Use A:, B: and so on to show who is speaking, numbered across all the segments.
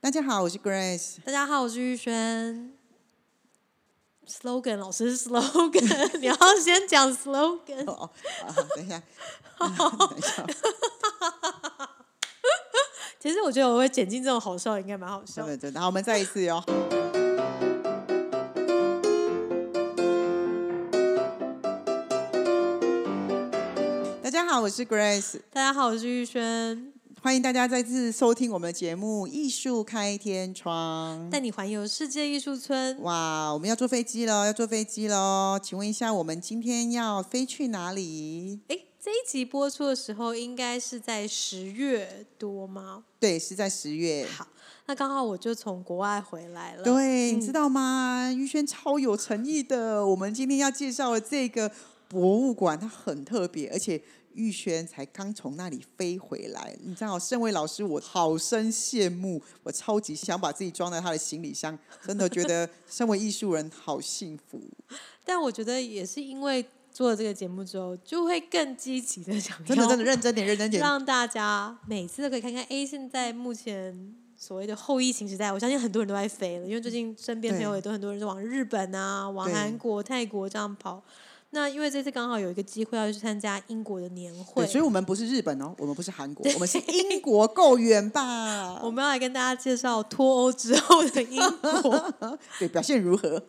A: 大家好，我是 Grace。
B: 大家好，我是玉轩。slogan 老师是 slogan，你要 先讲 slogan。
A: 哦，啊等一下，等一下，
B: 其实我觉得我会剪进这种好笑，应该蛮好笑
A: 真
B: 的。
A: 的真的，好，我们再一次哦哟。大家好，我是 Grace，
B: 大家好，我是玉轩，
A: 欢迎大家再次收听我们的节目《艺术开天窗》。
B: 带你环游世界艺术村。
A: 哇，我们要坐飞机了，要坐飞机了。请问一下，我们今天要飞去哪里？
B: 诶，这一集播出的时候应该是在十月多吗？
A: 对，是在十月。
B: 好，那刚好我就从国外回来了。嗯
A: 对，你知道吗？于轩超有诚意的。我们今天要介绍的这个博物馆，它很特别，而且玉轩才刚从那里飞回来。你知道，身为老师，我好生羡慕，我超级想把自己装在他的行李箱，真的觉 得身为艺术人好幸福。
B: 但我觉得也是因为做了这个节目之后，就会更积极的想要
A: 真的真的认真点，认真点。
B: 让大家每次都可以看看，哎，现在目前所谓的后疫情时代，我相信很多人都在飞了，因为最近身边
A: 对
B: 朋友也都很多人是往日本啊、往
A: 对
B: 韩国、泰国这样跑。那因为这次刚好有一个机会要去参加英国的年
A: 对，
B: 会，
A: 所以我们不是日本哦，我们不是韩国，我们是英国，够远吧？
B: 我们要来跟大家介绍脱欧之后的英 国，
A: 对，表现如何？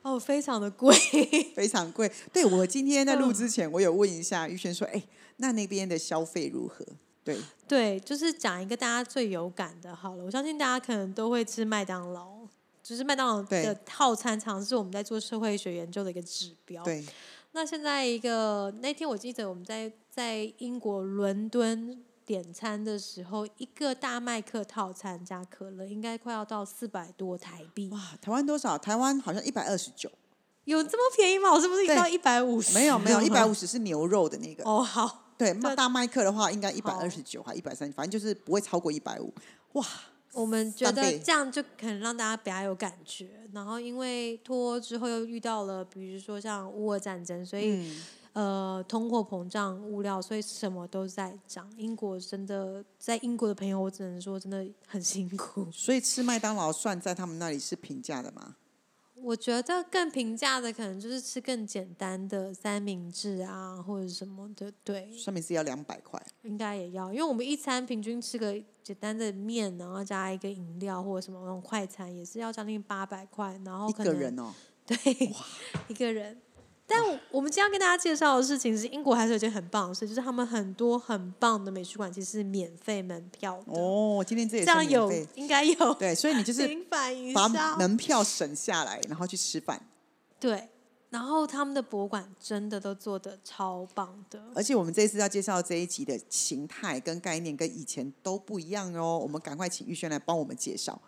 B: 哦，非常的贵。
A: 非常贵。对我今天在
B: 嗯
A: 录之前，我有问一下玉轩说：“哎、那那边的消费如何？”对，
B: 对，就是讲一个大家最有感的，好了，我相信大家可能都会吃麦当劳，就是麦当劳
A: 对
B: 的套餐，常常是我们在做社会学研究的一个指标。
A: 对，
B: 那现在一个那天我记得我们在在英国伦敦点餐的时候，一个大麦克套餐加可乐应该快要到四百多台币，
A: 哇，台湾多少？台湾好像一百二十九，
B: 有这么便宜吗？我是不是
A: 对
B: 到一百五十？
A: 没有 没有，一百
B: 五。
A: 五十是牛肉的那个。
B: 哦，好，
A: 对，
B: 对
A: 大麦克的话应该一百二十九还一百三，反正就是不会超过一百五。哇，
B: 我们觉
A: 三倍
B: 得这样就可能让大家比较有感觉。然后因为脱欧之后又遇到了，比如说像乌俄战争，所以、
A: 嗯，
B: 呃，通货膨胀、物料，所以什么都在涨。英国真的，在英国的朋友，我只能说真的很辛苦。
A: 所以吃麦当劳算在他们那里是平价的吗？
B: 我觉得更平价的可能就是吃更简单的三明治啊，或者什么的，对，
A: 上面是要两百块。
B: 应该也要，因为我们一餐平均吃个简单的面，然后加一个饮料或者什么那种快餐，也是要将近八百块，然后
A: 一
B: 可
A: 个
B: 能
A: 人哦，
B: 对一个人。但我我们今天要跟大家介绍的事情是，英国还是有一件很棒的事，就是他们很多很棒的美术馆其实是免费门票的，
A: 哦，今天这也
B: 这
A: 是
B: 样
A: 免
B: 有
A: 费，
B: 应该有
A: 对，所以你就是
B: 平反一
A: 把
B: 下。
A: 门票省下来，然后去吃饭。
B: 对，然后他们的博物馆真的都做的超棒的。
A: 而且我们这一次要介绍这一集的形态跟概念跟以前都不一样哦。我们赶快请玉轩来帮我们介绍。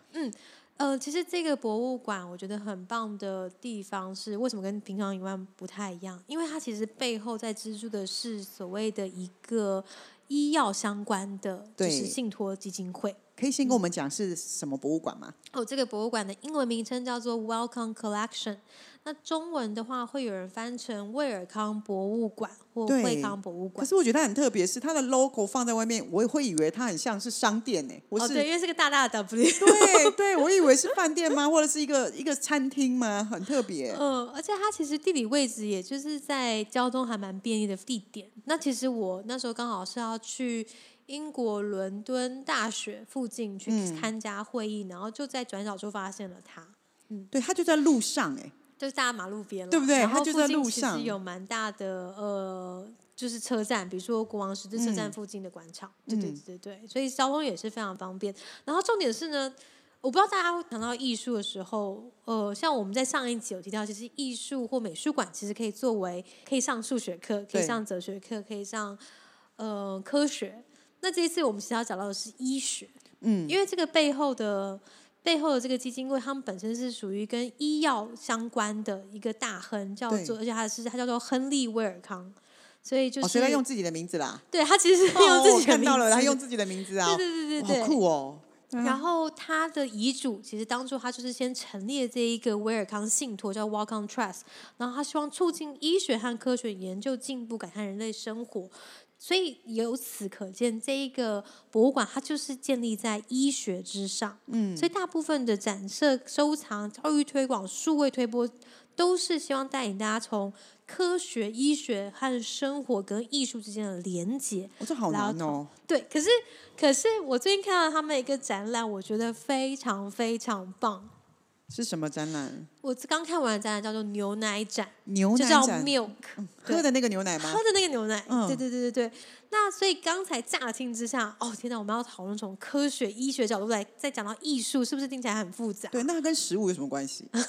B: 呃，其实这个博物馆我觉得很棒的地方是，为什么跟平常一般不太一样？因为它其实背后在资助的是所谓的一个医药相关的，就
A: 对
B: 是信托基金会。
A: 可以先跟我们讲是什么博物馆吗？
B: 哦，这个博物馆的英文名称叫做 Welcome Collection，那中文的话会有人翻成卫尔康博物馆或
A: 对
B: 惠康博物
A: 可
B: 馆。
A: 是我觉得它很特别，是它的 logo 放在外面，我也会以为它很像是商店呢、我
B: 哦，
A: 是、
B: 对，因为是个大大的 W。
A: 对对，我以为是饭店吗，或者是一个一个餐厅吗？很特别。
B: 嗯，而且它其实地理位置也就是在交通还蛮便利的地点。那其实我那时候刚好是要去英国伦敦大学附近去
A: 嗯
B: 参加会议，然后就在转角处发现了它，嗯
A: 对，它就在路上哎、
B: 就是大马路边了，
A: 对不对
B: 然后
A: 它就在
B: 附近
A: 路
B: 其
A: 上
B: 实有蛮大的呃，就是车站，比如说国王十字车站附近的广场，对对
A: 嗯
B: 对对对，所以交通也是非常方便。然后重点是呢。我不知道大家会谈到艺术的时候，呃，像我们在上一集有提到，其实艺术或美术馆其实可以作为可以上数学课，可以
A: 对
B: 上哲学课，可以上呃科学。那这一次我们其实要讲到的是医学，
A: 嗯，
B: 因为这个背后的背后的这个基金会，他们本身是属于跟医药相关的一个大亨，叫
A: 对
B: 做而且它是它叫做亨利威尔康，所以就是、
A: 哦，所以他用自己的名字啦。
B: 对他其实是
A: 哦
B: 用自
A: 我
B: 己的
A: 看
B: 名字，
A: 到了，他用自己的名字啊，
B: 对对对
A: 哇
B: 对
A: 好
B: 对。
A: 酷哦。
B: 然后他的遗嘱其实当初他就是先成立了这一个威尔康信托，叫 Wellcome Trust，然后他希望促进医学和科学研究进步，改善人类生活。所以由此可见，这一个博物馆它就是建立在医学之上。嗯，所以大部分的展示、收藏、教育推广、数位推波，都是希望带领大家从科学、医学和生活跟艺术之间的连接。
A: 我这好
B: 然后
A: 难哦。
B: 对，可是可是我最近看到他们一个展览，我觉得非常非常棒。
A: 是什么展览？
B: 我刚看完的展览叫做牛奶展，
A: 牛
B: 就
A: 奶
B: 叫
A: 展，
B: milk，对
A: 喝的那个牛奶吗
B: 喝？的那个牛奶。
A: 嗯
B: 对对对对对。那所以刚才乍听之下，哦天哪，我们要讨论从科学医学角度来，再讲到艺术，是不是听起来很复杂？
A: 对，那它跟食物有什么关系？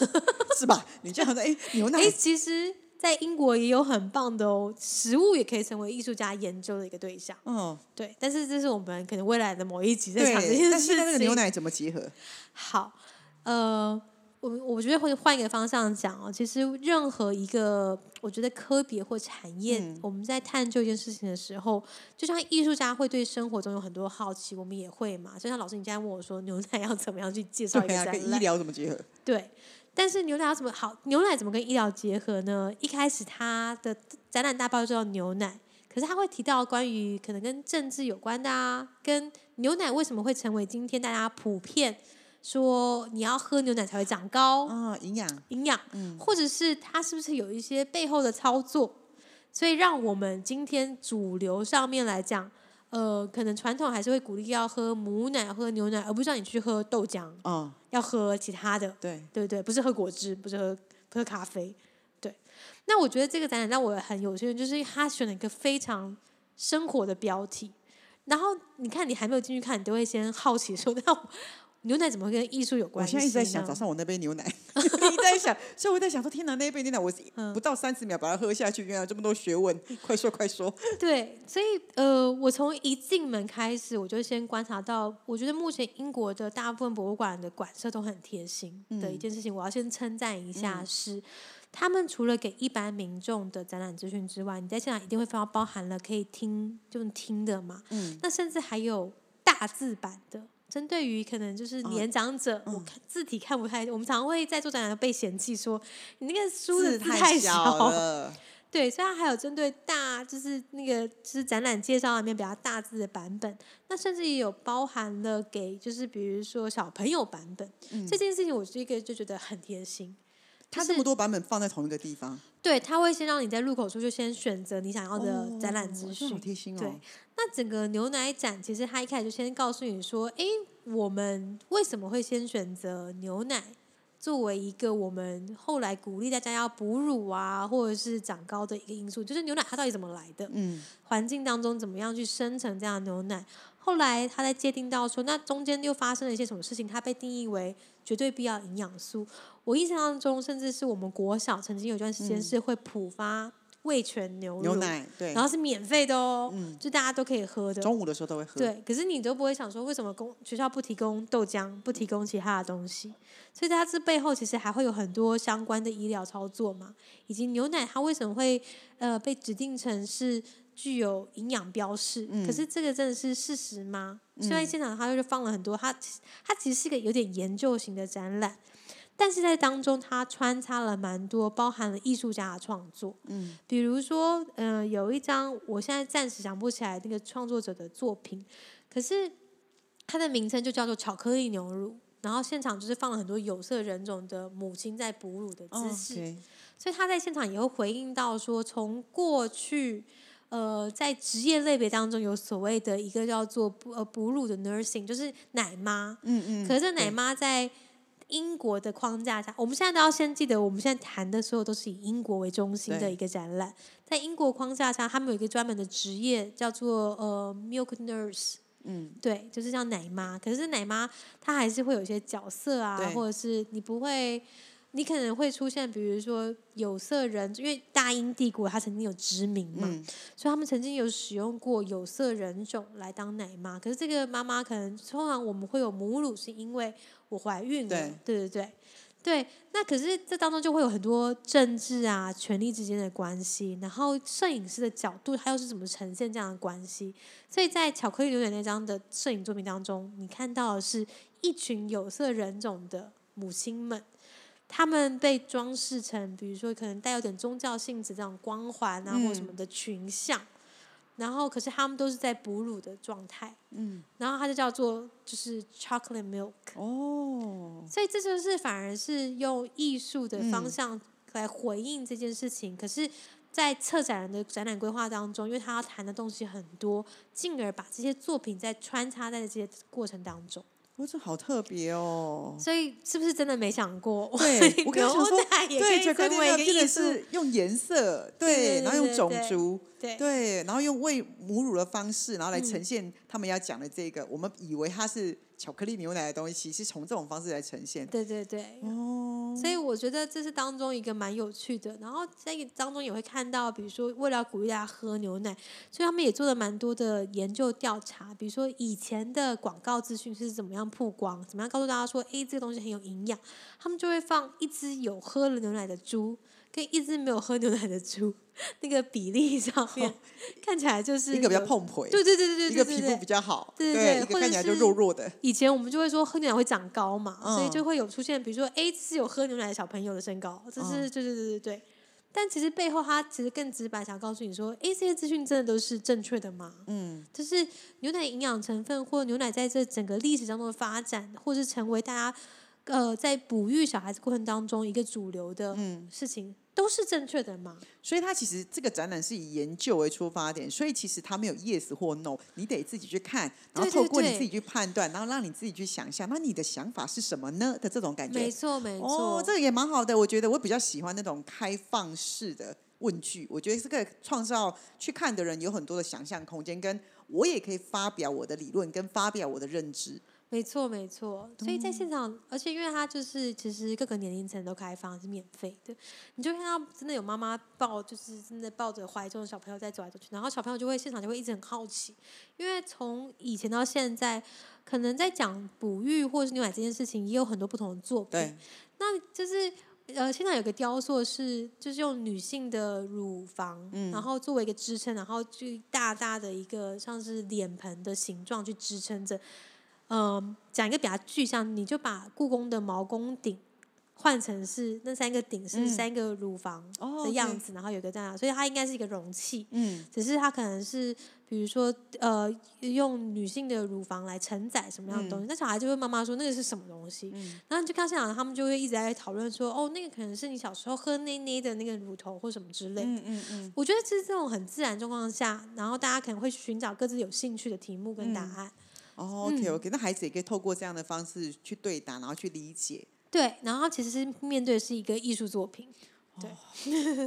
A: 是吧？你这样的，哎，牛奶
B: 哎，其实，在英国也有很棒的哦，食物也可以成为艺术家研究的一个对象。
A: 哦，
B: 对，但是这是我们可能未来的某一集在
A: 对
B: 讲这件，
A: 但
B: 事
A: 是那个
B: 情。
A: 牛奶怎么结合？
B: 好，呃，我我觉得会换一个方向讲哦。其实任何一个我觉得科别或产业，我们在探究一件事情的时候，就像艺术家会对生活中有很多好奇，我们也会嘛。就像老师你今天问我说牛奶要怎么样去介绍一个
A: 对啊，
B: 展
A: 跟医
B: 览，
A: 疗怎么结合？
B: 对。但是牛奶要怎么好？牛奶怎么跟医疗结合呢？一开始它的展览大包就叫牛奶，可是它会提到关于可能跟政治有关的啊，跟牛奶为什么会成为今天大家普遍说你要喝牛奶才会长高、
A: 啊，营养
B: 营养，或者是它是不是有一些背后的操作？所以让我们今天主流上面来讲，呃，可能传统还是会鼓励要喝母奶、喝牛奶，而不是让你去喝豆浆，
A: 哦，
B: 要喝其他的。
A: 对，
B: 对对，不是喝果汁，不是喝不是喝咖啡。对，那我觉得这个展览让我很有趣，就是他选了一个非常生活的标题。然后你看，你还没有进去看，你都会先好奇说， 那我牛奶怎么会跟艺术有
A: 我
B: 关系啊
A: 现
B: 呢？
A: 在一直在想，早上我那杯牛奶， 一直在想，所以我在想说，天哪，那一杯牛奶，我
B: 嗯
A: 不到三十秒把它喝下去，原来有这么多学问，快说快 说，
B: 对，所以呃，我从一进门开始，我就先观察到，我觉得目前英国的大部分博物馆的馆舍都很贴心的一件事情，我要先称赞一下是。他们除了给一般民众的展览资讯之外，你在现场一定会发到包含了可以听，就是听的嘛。嗯。那甚至还有大字版的，针对于可能就是年长者，我看字体看不太，我们常常会在做展览被嫌弃说你那个书的字
A: 太
B: 小
A: 了，
B: 对，所以它还有针对大，就是那个就是展览介绍里面比较大字的版本，那甚至也有包含了给就是比如说小朋友版本、
A: 嗯
B: 这件事情，我是一个就觉得很贴心。
A: 它
B: 就是
A: 这么多版本放在同一个地方，
B: 对，他会先让你在入口处就先选择你想要的展览
A: 哦
B: 资
A: 这
B: 讯。
A: 好贴心哦
B: 对。那整个牛奶展，其实他一开始就先告诉你说，诶，我们为什么会先选择牛奶作为一个我们后来鼓励大家要哺乳啊，或者是长高的一个因素，就是牛奶它到底怎么来的？
A: 嗯，
B: 环境当中怎么样去生成这样的牛奶？后来他在界定到说，那中间又发生了一些什么事情？它被定义为绝对必要营养素。我印象当中，甚至是我们国小曾经有一段时间是会普发味全牛乳
A: 嗯牛奶嗯对
B: 然，后是免费的哦，就大家都可以喝的。
A: 中午的时候都会喝，
B: 对，可是你都不会想说，为什么公学校不提供豆浆，不提供其他的东西？所以它这背后其实还会有很多相关的医疗操作嘛，以及牛奶它为什么会呃被指定成是具有营养标示？
A: 嗯
B: 可是这个真的是事实吗？虽然现场它就是放了很多，它其它其实是一个有点研究型的展览。但是在当中，它穿插了蛮多，包含了艺术家的创作，嗯，比如说，呃，有一张我现在暂时想不起来那个创作者的作品，可是它的名称就叫做巧克力牛乳，然后现场就是放了很多有色人种的母亲在哺乳的
A: 哦
B: 姿势，
A: ，OK，
B: 所以他在现场也会回应到说，从过去呃在职业类别当中有所谓的一个叫做哺呃哺乳的 nursing，就是奶妈，
A: 嗯嗯，
B: 可是这
A: 对
B: 奶妈在英国的框架下，我们现在都要先记得，我们现在谈的所有都是以英国为中心的
A: 对
B: 一个展览。在英国框架下，他们有一个专门的职业叫做呃 milk nurse。
A: 嗯，
B: 对，就是像奶妈，可是奶妈她还是会有一些角色啊
A: 对，
B: 或者是你不会，你可能会出现，比如说有色人，因为大英帝国它曾经有殖民嘛，
A: 嗯
B: 所以他们曾经有使用过有色人种来当奶妈，可是这个妈妈可能通常我们会有母乳，是因为我怀孕了，
A: 对
B: 对对对对那可是这当中就会有很多政治啊、权力之间的关系，然后摄影师的角度他又是怎么呈现这样的关系？所以在《巧克力牛奶》那张的摄影作品当中，你看到的是一群有色人种的母亲们。他们被装饰成，比如说可能带有点宗教性质这种光环啊，或
A: 嗯
B: 什么的群像，然后可是他们都是在哺乳的状态，
A: 嗯，
B: 然后它就叫做就是 chocolate milk，
A: 哦，
B: 所以这就是反而是用艺术的
A: 嗯
B: 方向来回应这件事情。可是，在策展人的展览规划当中，因为他要谈的东西很多，进而把这些作品再穿插在这些过程当中。
A: 哇，这好特别 哦。
B: 所以，是不是真的没想过？
A: 对，我刚刚想说
B: 牛奶，也可
A: 对，
B: 以
A: 巧克力
B: 成为一个
A: 真的
B: 艺术
A: 是用颜色，
B: 对对
A: 然后用
B: 对
A: 种
B: 对
A: 族，
B: 对
A: 对，然后用喂母乳的方式，然后来呈
B: 嗯
A: 现他们要讲的这个，我们以为它是巧克力牛奶的东西，其实是从这种方式来呈现。
B: 对对对。
A: 哦，
B: 所以我觉得这是当中一个蛮有趣的，然后在当中也会看到，比如说为了鼓励大家喝牛奶，所以他们也做了蛮多的研究调查，比如说以前的广告资讯是怎么样曝光，怎么样告诉大家说，诶，这个东西很有营养，他们就会放一只有喝了牛奶的猪跟一只没有喝牛奶的猪， 那个比例上 面、看起来就是
A: 一个比较
B: 有，
A: 碰腿，
B: 对对对对对
A: 一
B: 对，
A: 个
B: 对
A: 皮
B: 对
A: 肤比较好，
B: 对对对
A: 一个
B: 或
A: 看
B: 者
A: 起来就是弱弱的，
B: 以前我们就会说喝牛奶会长高嘛，
A: 嗯
B: 所以就会有出现，比如说 A 是有喝牛奶的小朋友的身高，这
A: 嗯
B: 是对对对对对。但其实背后他其实更直白，想告诉你说，哎，这些资讯真的都是正确的吗？
A: 嗯，
B: 就是牛奶营养成分或牛奶在这整个历史当中的发展，或是成为大家呃在哺育小孩子过程当中一个主流的
A: 嗯
B: 事情，都是正确的吗？
A: 所以它其实这个展览是以研究为出发点，所以其实它没有 yes 或 no，你得自己去看，然后
B: 对对
A: 透过你
B: 对
A: 自己去判断，然后让你自己去想象，那你的想法是什么呢的这种感觉。
B: 没错，没错，
A: 哦，这个也蛮好的，我觉得我比较喜欢那种开放式的问句，我觉得这个创造去看的人有很多的想象空间，跟我也可以发表我的理论，跟发表我的认知。
B: 没错，没错。所以在现场，而且因为它就是其实各个年龄层都开放，是免费的，你就看到真的有妈妈抱，就是真的抱着怀中的小朋友在走来走去，然后小朋友就会现场就会一直很好奇，因为从以前到现在，可能在讲哺育或是牛奶这件事情，也有很多不同的作品。
A: 对，
B: 那就是呃，现在有个雕塑是，就是用女性的乳房，
A: 嗯
B: 然后作为一个支撑，然后去大大的一个像是脸盆的形状去支撑着。嗯、讲一个比较具象，你就把故宫的毛公鼎换成是那三个鼎是
A: 嗯
B: 三个乳房
A: 哦
B: 的
A: ，OK
B: 样子，然后有个这样，所以它应该是一个容器。
A: 嗯，
B: 只是它可能是比如说呃，用女性的乳房来承载什么样的
A: 嗯
B: 东西，那小孩就会妈妈说那个是什么东西，然后你就看现场，他们就会一直在讨论说，哦，那个可能是你小时候喝奶奶的那个乳头或什么之类的。
A: 嗯嗯嗯，
B: 我觉得这是这种很自然状况下，然后大家可能会寻找各自有兴趣的题目跟答
A: 嗯
B: 案。
A: 哦，OK OK，那孩子也可以透过这样的方式去对答，然后去理解，
B: 对，然后其实是面对的是一个艺术作品，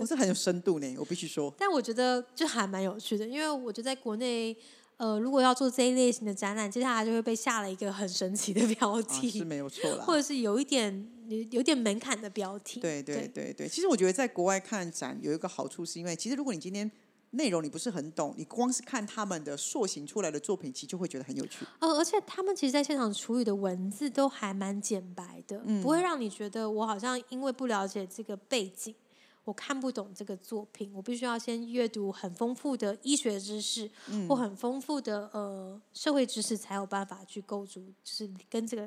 A: 我、是很有深度呢，我必须 说。
B: 但我觉得就还蛮有趣的，因为我觉得在国内，呃，如果要做这一类型的展览，接下来就会被下了一个很神奇的 标
A: 啊，
B: 题，
A: 是没有错啦。
B: 或者是有一点有有点门槛的标题。
A: 对对
B: 对
A: 对对，其实我觉得在国外看展有一个好处，是因为其实如果你今天内容你不是很懂，你光是看他们的塑形出来的作品，其实就会觉得很有趣。
B: 呃，而且他们其实在现场处理的文字都还蛮简白的，不
A: 嗯
B: 会让你觉得我好像因为不了解这个背景，我看不懂这个作品，我必须要先阅读很丰富的医学知识、或
A: 嗯
B: 很丰富的呃社会知识，才有办法去构筑，就是跟这个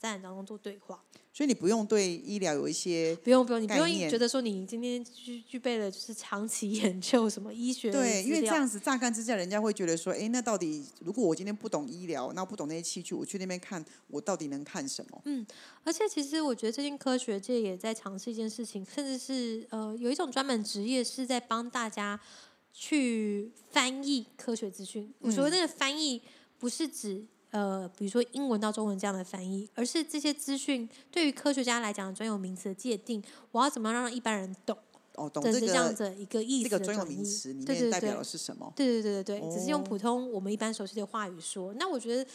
B: 展览当中做对话。
A: 所以你不用对医疗有一些
B: 不用不用，你不
A: 概
B: 用
A: 念
B: 觉得说你今天具具备了就是长期 研究什么医学的
A: 对，
B: 资
A: 因为这
B: 料
A: 样子乍看之下，人家会觉得说，哎，那到底如果我今天不懂医疗，那不懂那些器具，我去那边看，我到底能看什么？
B: 而且其实我觉得最近科学界也在尝试一件事情，甚至是呃有一种专门职业是在帮大家去翻译科学资讯。我
A: 嗯
B: 说那个翻译不是指呃比如说英文到中文这样的翻译，而是这些资讯对于科学家来讲的专有名词的界定，我要怎么样让一般人懂，
A: 哦，懂
B: 这
A: 这
B: 是这样
A: 个
B: 子一个意
A: 这
B: 思
A: 个
B: 的
A: 专有
B: 转
A: 名
B: 译
A: 词里
B: 对
A: 面
B: 对
A: 代
B: 对
A: 表的是什么？
B: 对对对对对，只是用
A: 哦
B: 普通我们一般熟悉的话语说。那我觉得，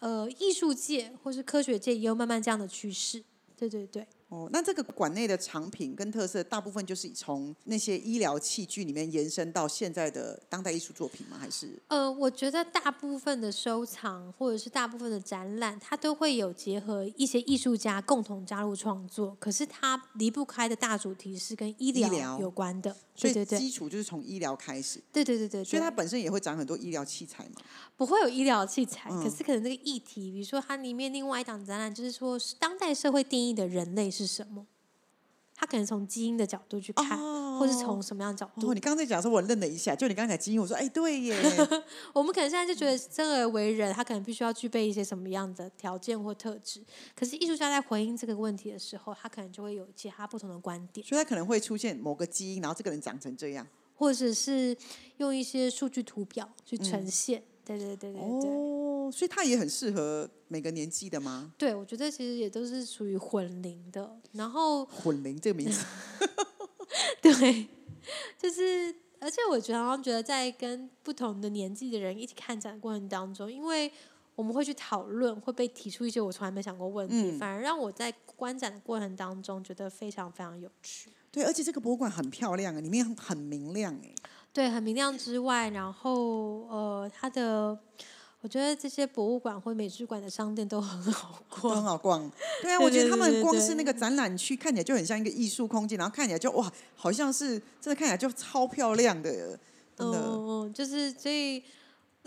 B: 呃，艺术界或是科学界也有慢慢这样的趋势。对对对，
A: 哦，那这个馆内的产品跟特色，大部分就是从那些医疗器具里面延伸到现在的当代艺术作品吗？还是
B: 呃，我觉得大部分的收藏或者是大部分的展览，它都会有结合一些艺术家共同加入创作，可是它离不开的大主题是跟医
A: 医
B: 疗
A: 疗
B: 有关的。
A: 所
B: 对
A: 以
B: 对对，
A: 基础就是从医疗开始，
B: 对对对对，
A: 所以
B: 对
A: 它本身也会长很多医疗器材嘛。
B: 不会有医疗器材，
A: 嗯
B: 可是可能这个议题，比如说它里面另外一档展览，就是说是当代社会定义的人类是什么，它可能从基因的角度去看，或是从什么样的角度
A: 哦哦，你刚才讲的时候我愣了一下，就你刚才基因，我说哎，对 耶，
B: 我们可能现在就觉得生而为
A: 嗯
B: 人，他可能必须要具备一些什么样的条件或特质。可是艺术家在回应这个问题的时候，他可能就会有其他不同的观点，
A: 所以他可能会出现某个基因，然后这个人长成这样。
B: 或者是用一些数据图表去呈现。对对对对对。
A: 嗯哦，所以他也很适合每个年纪的吗？
B: 对，我觉得其实也都是属于混龄的，然后
A: 混龄这个名词，
B: 对，就是，而且我觉得好像觉得在跟不同的年纪的人一起看展的过程当中，因为我们会去讨论，会被提出一些我从来没想过问题，
A: 嗯
B: 反而让我在观展的过程当中觉得非常非常有趣。
A: 对，而且这个博物馆很漂亮，啊里面很很明亮哎。
B: 对，很明亮之外，然后呃，它的我觉得这些博物馆或美术馆的商店都很好
A: 都
B: 逛
A: 很，好逛。对啊，
B: 对
A: 我觉
B: 对
A: 得他
B: 对
A: 们
B: 对
A: 光
B: 对
A: 是那个展览区看起来就很像一个艺术空间，然后看起来就哇，好像是真的看起来就超漂亮的，真
B: 嗯
A: 的。
B: 嗯，嗯就是所以，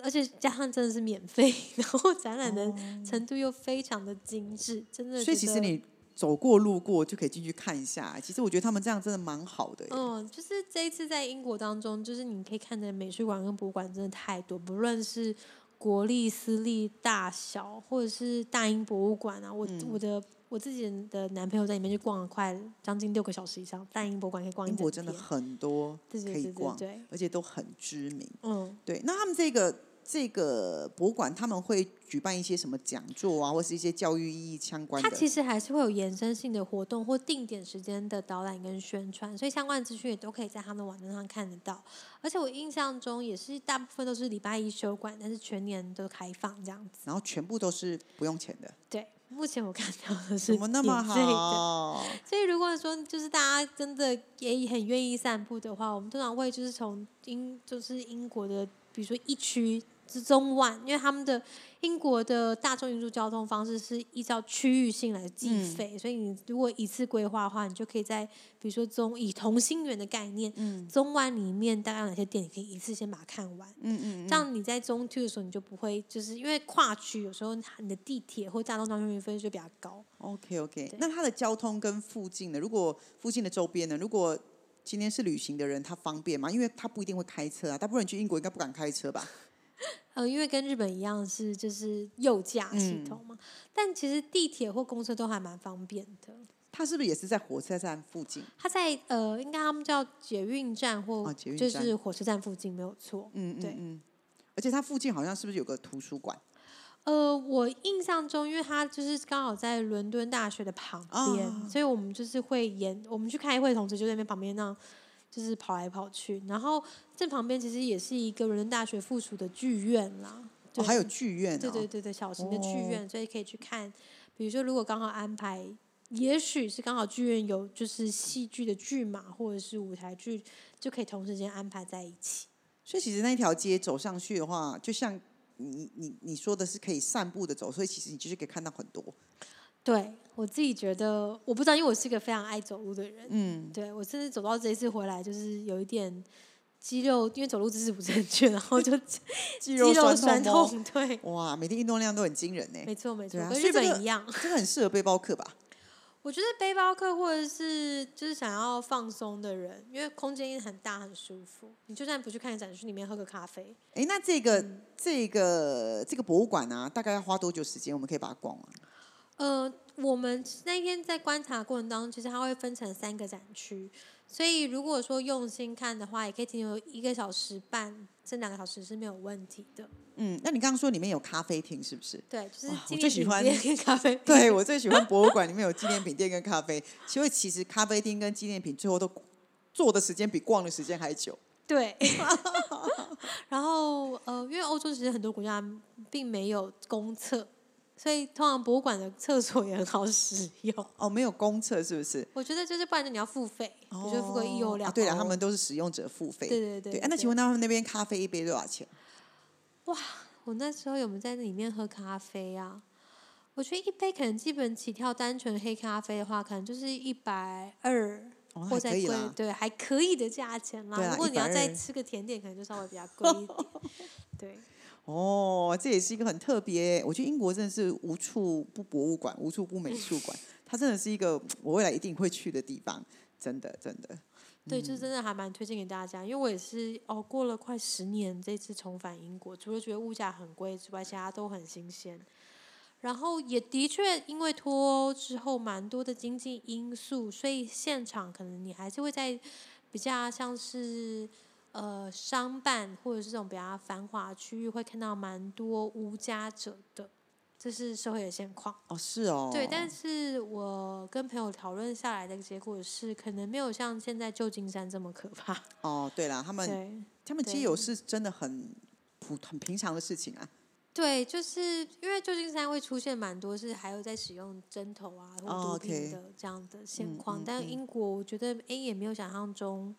B: 而且加上真的是免费，然后展览的程度又非常的精致，真的。
A: 哦所以其实，你走过路过就可以进去看一下。其实我觉得他们这样真的蛮好的耶。
B: 嗯，就是这一次在英国当中，就是你可以看的美术馆跟博物馆真的太多，不论是国立、私立、大小，或者是大英博物馆啊，我、
A: 嗯
B: 我的。我自己的男朋友在里面去逛了快将近六个小时以上，大英博物馆可以逛一
A: 欸英
B: 整
A: 国真的
B: 天
A: 很多可
B: 对对
A: 以
B: 对对
A: 逛，
B: 对，
A: 而且都很知名。
B: 嗯，
A: 对，那他们这个这个博物馆他们会举办一些什么讲座啊，或是一些教育意义相关
B: 它
A: 的？
B: 其实还是会有延伸性的活动或定点时间的导览跟宣传，所以相关的资讯也都可以在他们的网站上看得到。而且我印象中也是大部分都是礼拜一休馆，但是全年都开放这样子。
A: 然后全部都是不用钱的，
B: 对，目前我看到的是
A: 怎么那么
B: 免费的。
A: 好？
B: 所以如果说就是大家真的也很愿意散步的话，我们通常会就是从英就是英国的，比如说一区。之中万，因为他们的英国的大众运输交通方式是依照区域性来计
A: 嗯
B: 费，所以你如果一次规划的话，你就可以在比如说中以同心圆的概念，
A: 嗯
B: 中湾里面大概有哪些店，你可以一次先把它看完。
A: 嗯嗯，嗯
B: 这样你在中区的时候，你就不会就是因为跨区有时候你的地铁或大众交通运费就比较高。
A: OK OK，
B: 对
A: 那它的交通跟附近呢？如果附近的周边呢？如果今天是旅行的人，他方便吗？因为他不一定会开车啊，大部分人去英国应该不敢开车吧？
B: 呃，因为跟日本一样是就是右驾系
A: 嗯
B: 统嘛，但其实地铁或公车都还蛮方便的。
A: 他是不是也是在火车站附近？
B: 它在呃，应该他们叫捷运站或
A: 啊捷运
B: 就
A: 站
B: 是火车站附近没有错。
A: 嗯
B: 对
A: 嗯嗯。而且它附近好像是不是有个图书馆？哦
B: 呃，我印象中，因为它就是刚好在伦敦大学的旁边，
A: 啊
B: 所以我们就是会沿我们去开会，同时就在那边旁边那样，就是跑来跑去。然后正旁边其实也是一个伦敦大学附属的剧院啦，
A: 哦，
B: 对
A: 还有剧院、哦。
B: 对对对对，小型的剧
A: 哦
B: 院，所以可以去看。比如说，如果刚好安排，也许是刚好剧院有就是戏剧的剧码或者是舞台剧，就可以同时间安排在一起。
A: 所以其实那一条街走上去的话，就像你你你说的是可以散步的走，所以其实你就是可以看到很多。
B: 对我自己觉得，我不知道，因为我是一个非常爱走路的人，
A: 嗯，
B: 对我甚至走到这一次回来，就是有一点肌肉，因为走路姿势不正确，然后就 肌
A: 肌
B: 肉
A: 酸
B: 酸
A: 痛
B: 痛。对，
A: 哦。哇，每天运动量都很惊人呢，
B: 没错没错，
A: 对啊所
B: 跟
A: 以
B: 日
A: 这个
B: 本一样。
A: 这个很适合背包客吧？
B: 我觉得背包客或者是就是想要放松的人，因为空间很大很舒服，你就算不去看展区里面喝个咖啡，
A: 哎，那这个、这个这个博物馆啊，大概要花多久时间？我们可以把它逛完？
B: 呃，我们那天在观察过程当中，其实它会分成三个展区，所以如果说用心看的话，也可以停留一个小时半，甚至两个小时是没有问题的。
A: 嗯，那你刚刚说里面有咖啡厅是不是？
B: 对，就是
A: 哇我
B: 纪
A: 最
B: 念
A: 喜
B: 品
A: 欢
B: 店跟 咖啡。
A: 对，我最喜欢博物馆里面有纪念品店跟咖啡， 所以其实咖啡厅跟纪念品最后都坐的时间比逛的时间还久。
B: 对， 然后呃，因为欧洲其实很多国家并没有公厕，所以通常博物馆的厕所也很好使用。
A: 哦，没有公厕是不是？
B: 我觉得就是，不然你要付费，
A: 哦
B: 你就付个一欧两
A: 啊
B: 欧。
A: 对了，他们都是使用者付费。
B: 对对对
A: 对。啊那请问他们那边咖啡一杯多少钱？
B: 我那时候有没有在那里面喝咖啡啊？我觉得一杯可能基本起跳，单纯黑咖啡的话，可能就是一百二
A: 哦那
B: 或
A: 还
B: 再
A: 可以
B: 贵
A: 啦，
B: 对，还可以的价钱啦。
A: 对啊
B: 如果你要再
A: 120
B: 吃个甜点，可能就稍微比较贵一 点。对，
A: 哦，这也是一个很特别。我觉得英国真的是无处不博物馆，无 处不美术馆，它真的是一个我未来一定会去的地方，真的真的。
B: 对，就是真的还蛮推荐给大家，因为我也是熬过了快十年，这次重返英国，除了觉得物价很贵之外，其他都很新鲜。然后也的确，因为脱欧之后蛮多的经济因素，所以现场可能你还是会在比较像是呃商办或者是这种比较繁华区域，会看到蛮多无家者的，这是社会的现况。
A: 哦，是哦，
B: 对，但是我跟朋友讨论下来的结果是，可能没有像现在旧金山这么可怕。
A: 哦， 对啦，他们
B: 对，
A: 他们
B: 对
A: 街友是真的很普很平常的事情啊。
B: 对，就是因为旧金山会出现蛮多是还有在使用针头啊或
A: 哦
B: 毒
A: ，OK
B: 品的这样的现
A: 嗯
B: 况，
A: 嗯
B: 但
A: 嗯
B: 英国我觉得哎也没有想象中，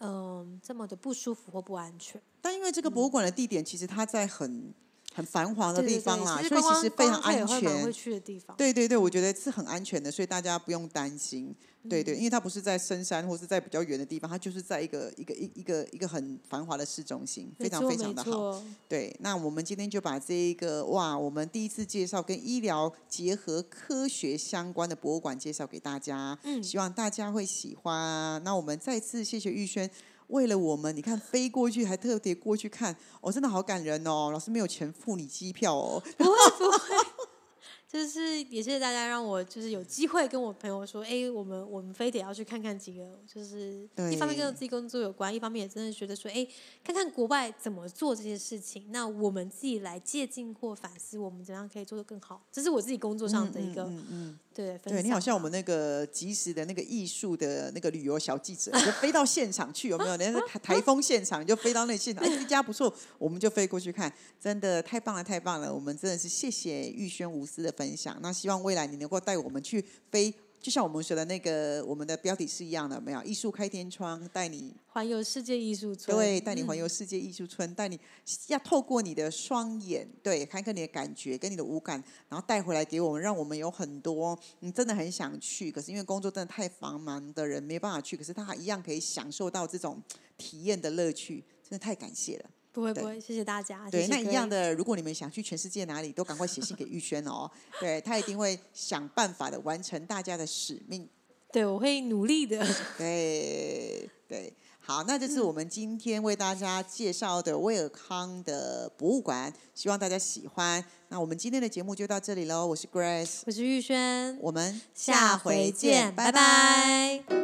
B: 嗯、这么的不舒服或不安全。
A: 但因为这个博物馆的地点，其实它在很很繁华的
B: 嗯对对
A: 地
B: 对
A: 方啦，
B: 其实
A: 所以
B: 观
A: 其
B: 光
A: 实非常
B: 观光客也
A: 安
B: 会蛮
A: 全。
B: 会去的地方。
A: 对对对，我觉得是很安全的，所以大家不用担心。对
B: 嗯
A: 对，因为它不是在深山或是在比较远的地方，它就是在一个一个一一个一个很繁华的市中心，非
B: 没
A: 常
B: 错
A: 非常
B: 没
A: 的好。
B: 错
A: 对，那我们今天就把这一个哇，我们第一次介绍跟医疗结合科学相关的博物馆介绍给大家，
B: 嗯
A: 希望大家会喜欢。那我们再次谢谢玉轩。为了我们，你看飞过去还特别过去看，哦，真的好感人哦！老师没有钱付你机票哦，
B: 不会 不会，就是也谢谢大家让我就是有机会跟我朋友说，哎、我们我们非得要去看看几个，就是一方面跟我
A: 对
B: 自己工作有关，一方面也真的觉得说，哎、看看国外怎么做这些事情，那我们自己来借鉴或反思，我们怎样可以做得更好，这是我自己工作上的一个、
A: 嗯嗯嗯
B: 对分
A: 对你好
B: 享
A: 像我们那个及时的那个艺术的那个旅游小 记者，你就飞到现场去，有没有？人家台台风现场，你就飞到那 现场，哎这家不错，我们就飞过去看，真的太棒了，太棒了！我们真的是谢谢玉轩无私的分享，那希望未来你能够带我们去飞。就像我们学的那个，我们的标题是一样的，有没有艺术开天窗，带你
B: 环游世界艺术村，
A: 对，带你
B: 嗯
A: 环游世界艺术村，带你要透过你的双眼，对，看看你的感觉跟你的五感，然后带回来给我们，让我们有很多你真的很想去，可是因为工作真的太繁忙的人没办法去，可是他一样可以享受到这种体验的乐趣，真的太感谢了。
B: 不会
A: 对
B: 不会，谢谢大家，
A: 对，
B: 啊谢
A: 那
B: 谢各
A: 一
B: 位
A: 样的，如果你们想去全世界哪里，都赶快写信给玉轩哦，对他一定会想办法的完成大家的使命。
B: 对我会努力的，
A: 对对，好，那就是我们今天为大家介绍的威尔康的博物馆，希望大家喜欢。那我们今天的节目就到这里喽，我是 Grace，
B: 我是玉轩，
A: 我们
B: 下回见，拜拜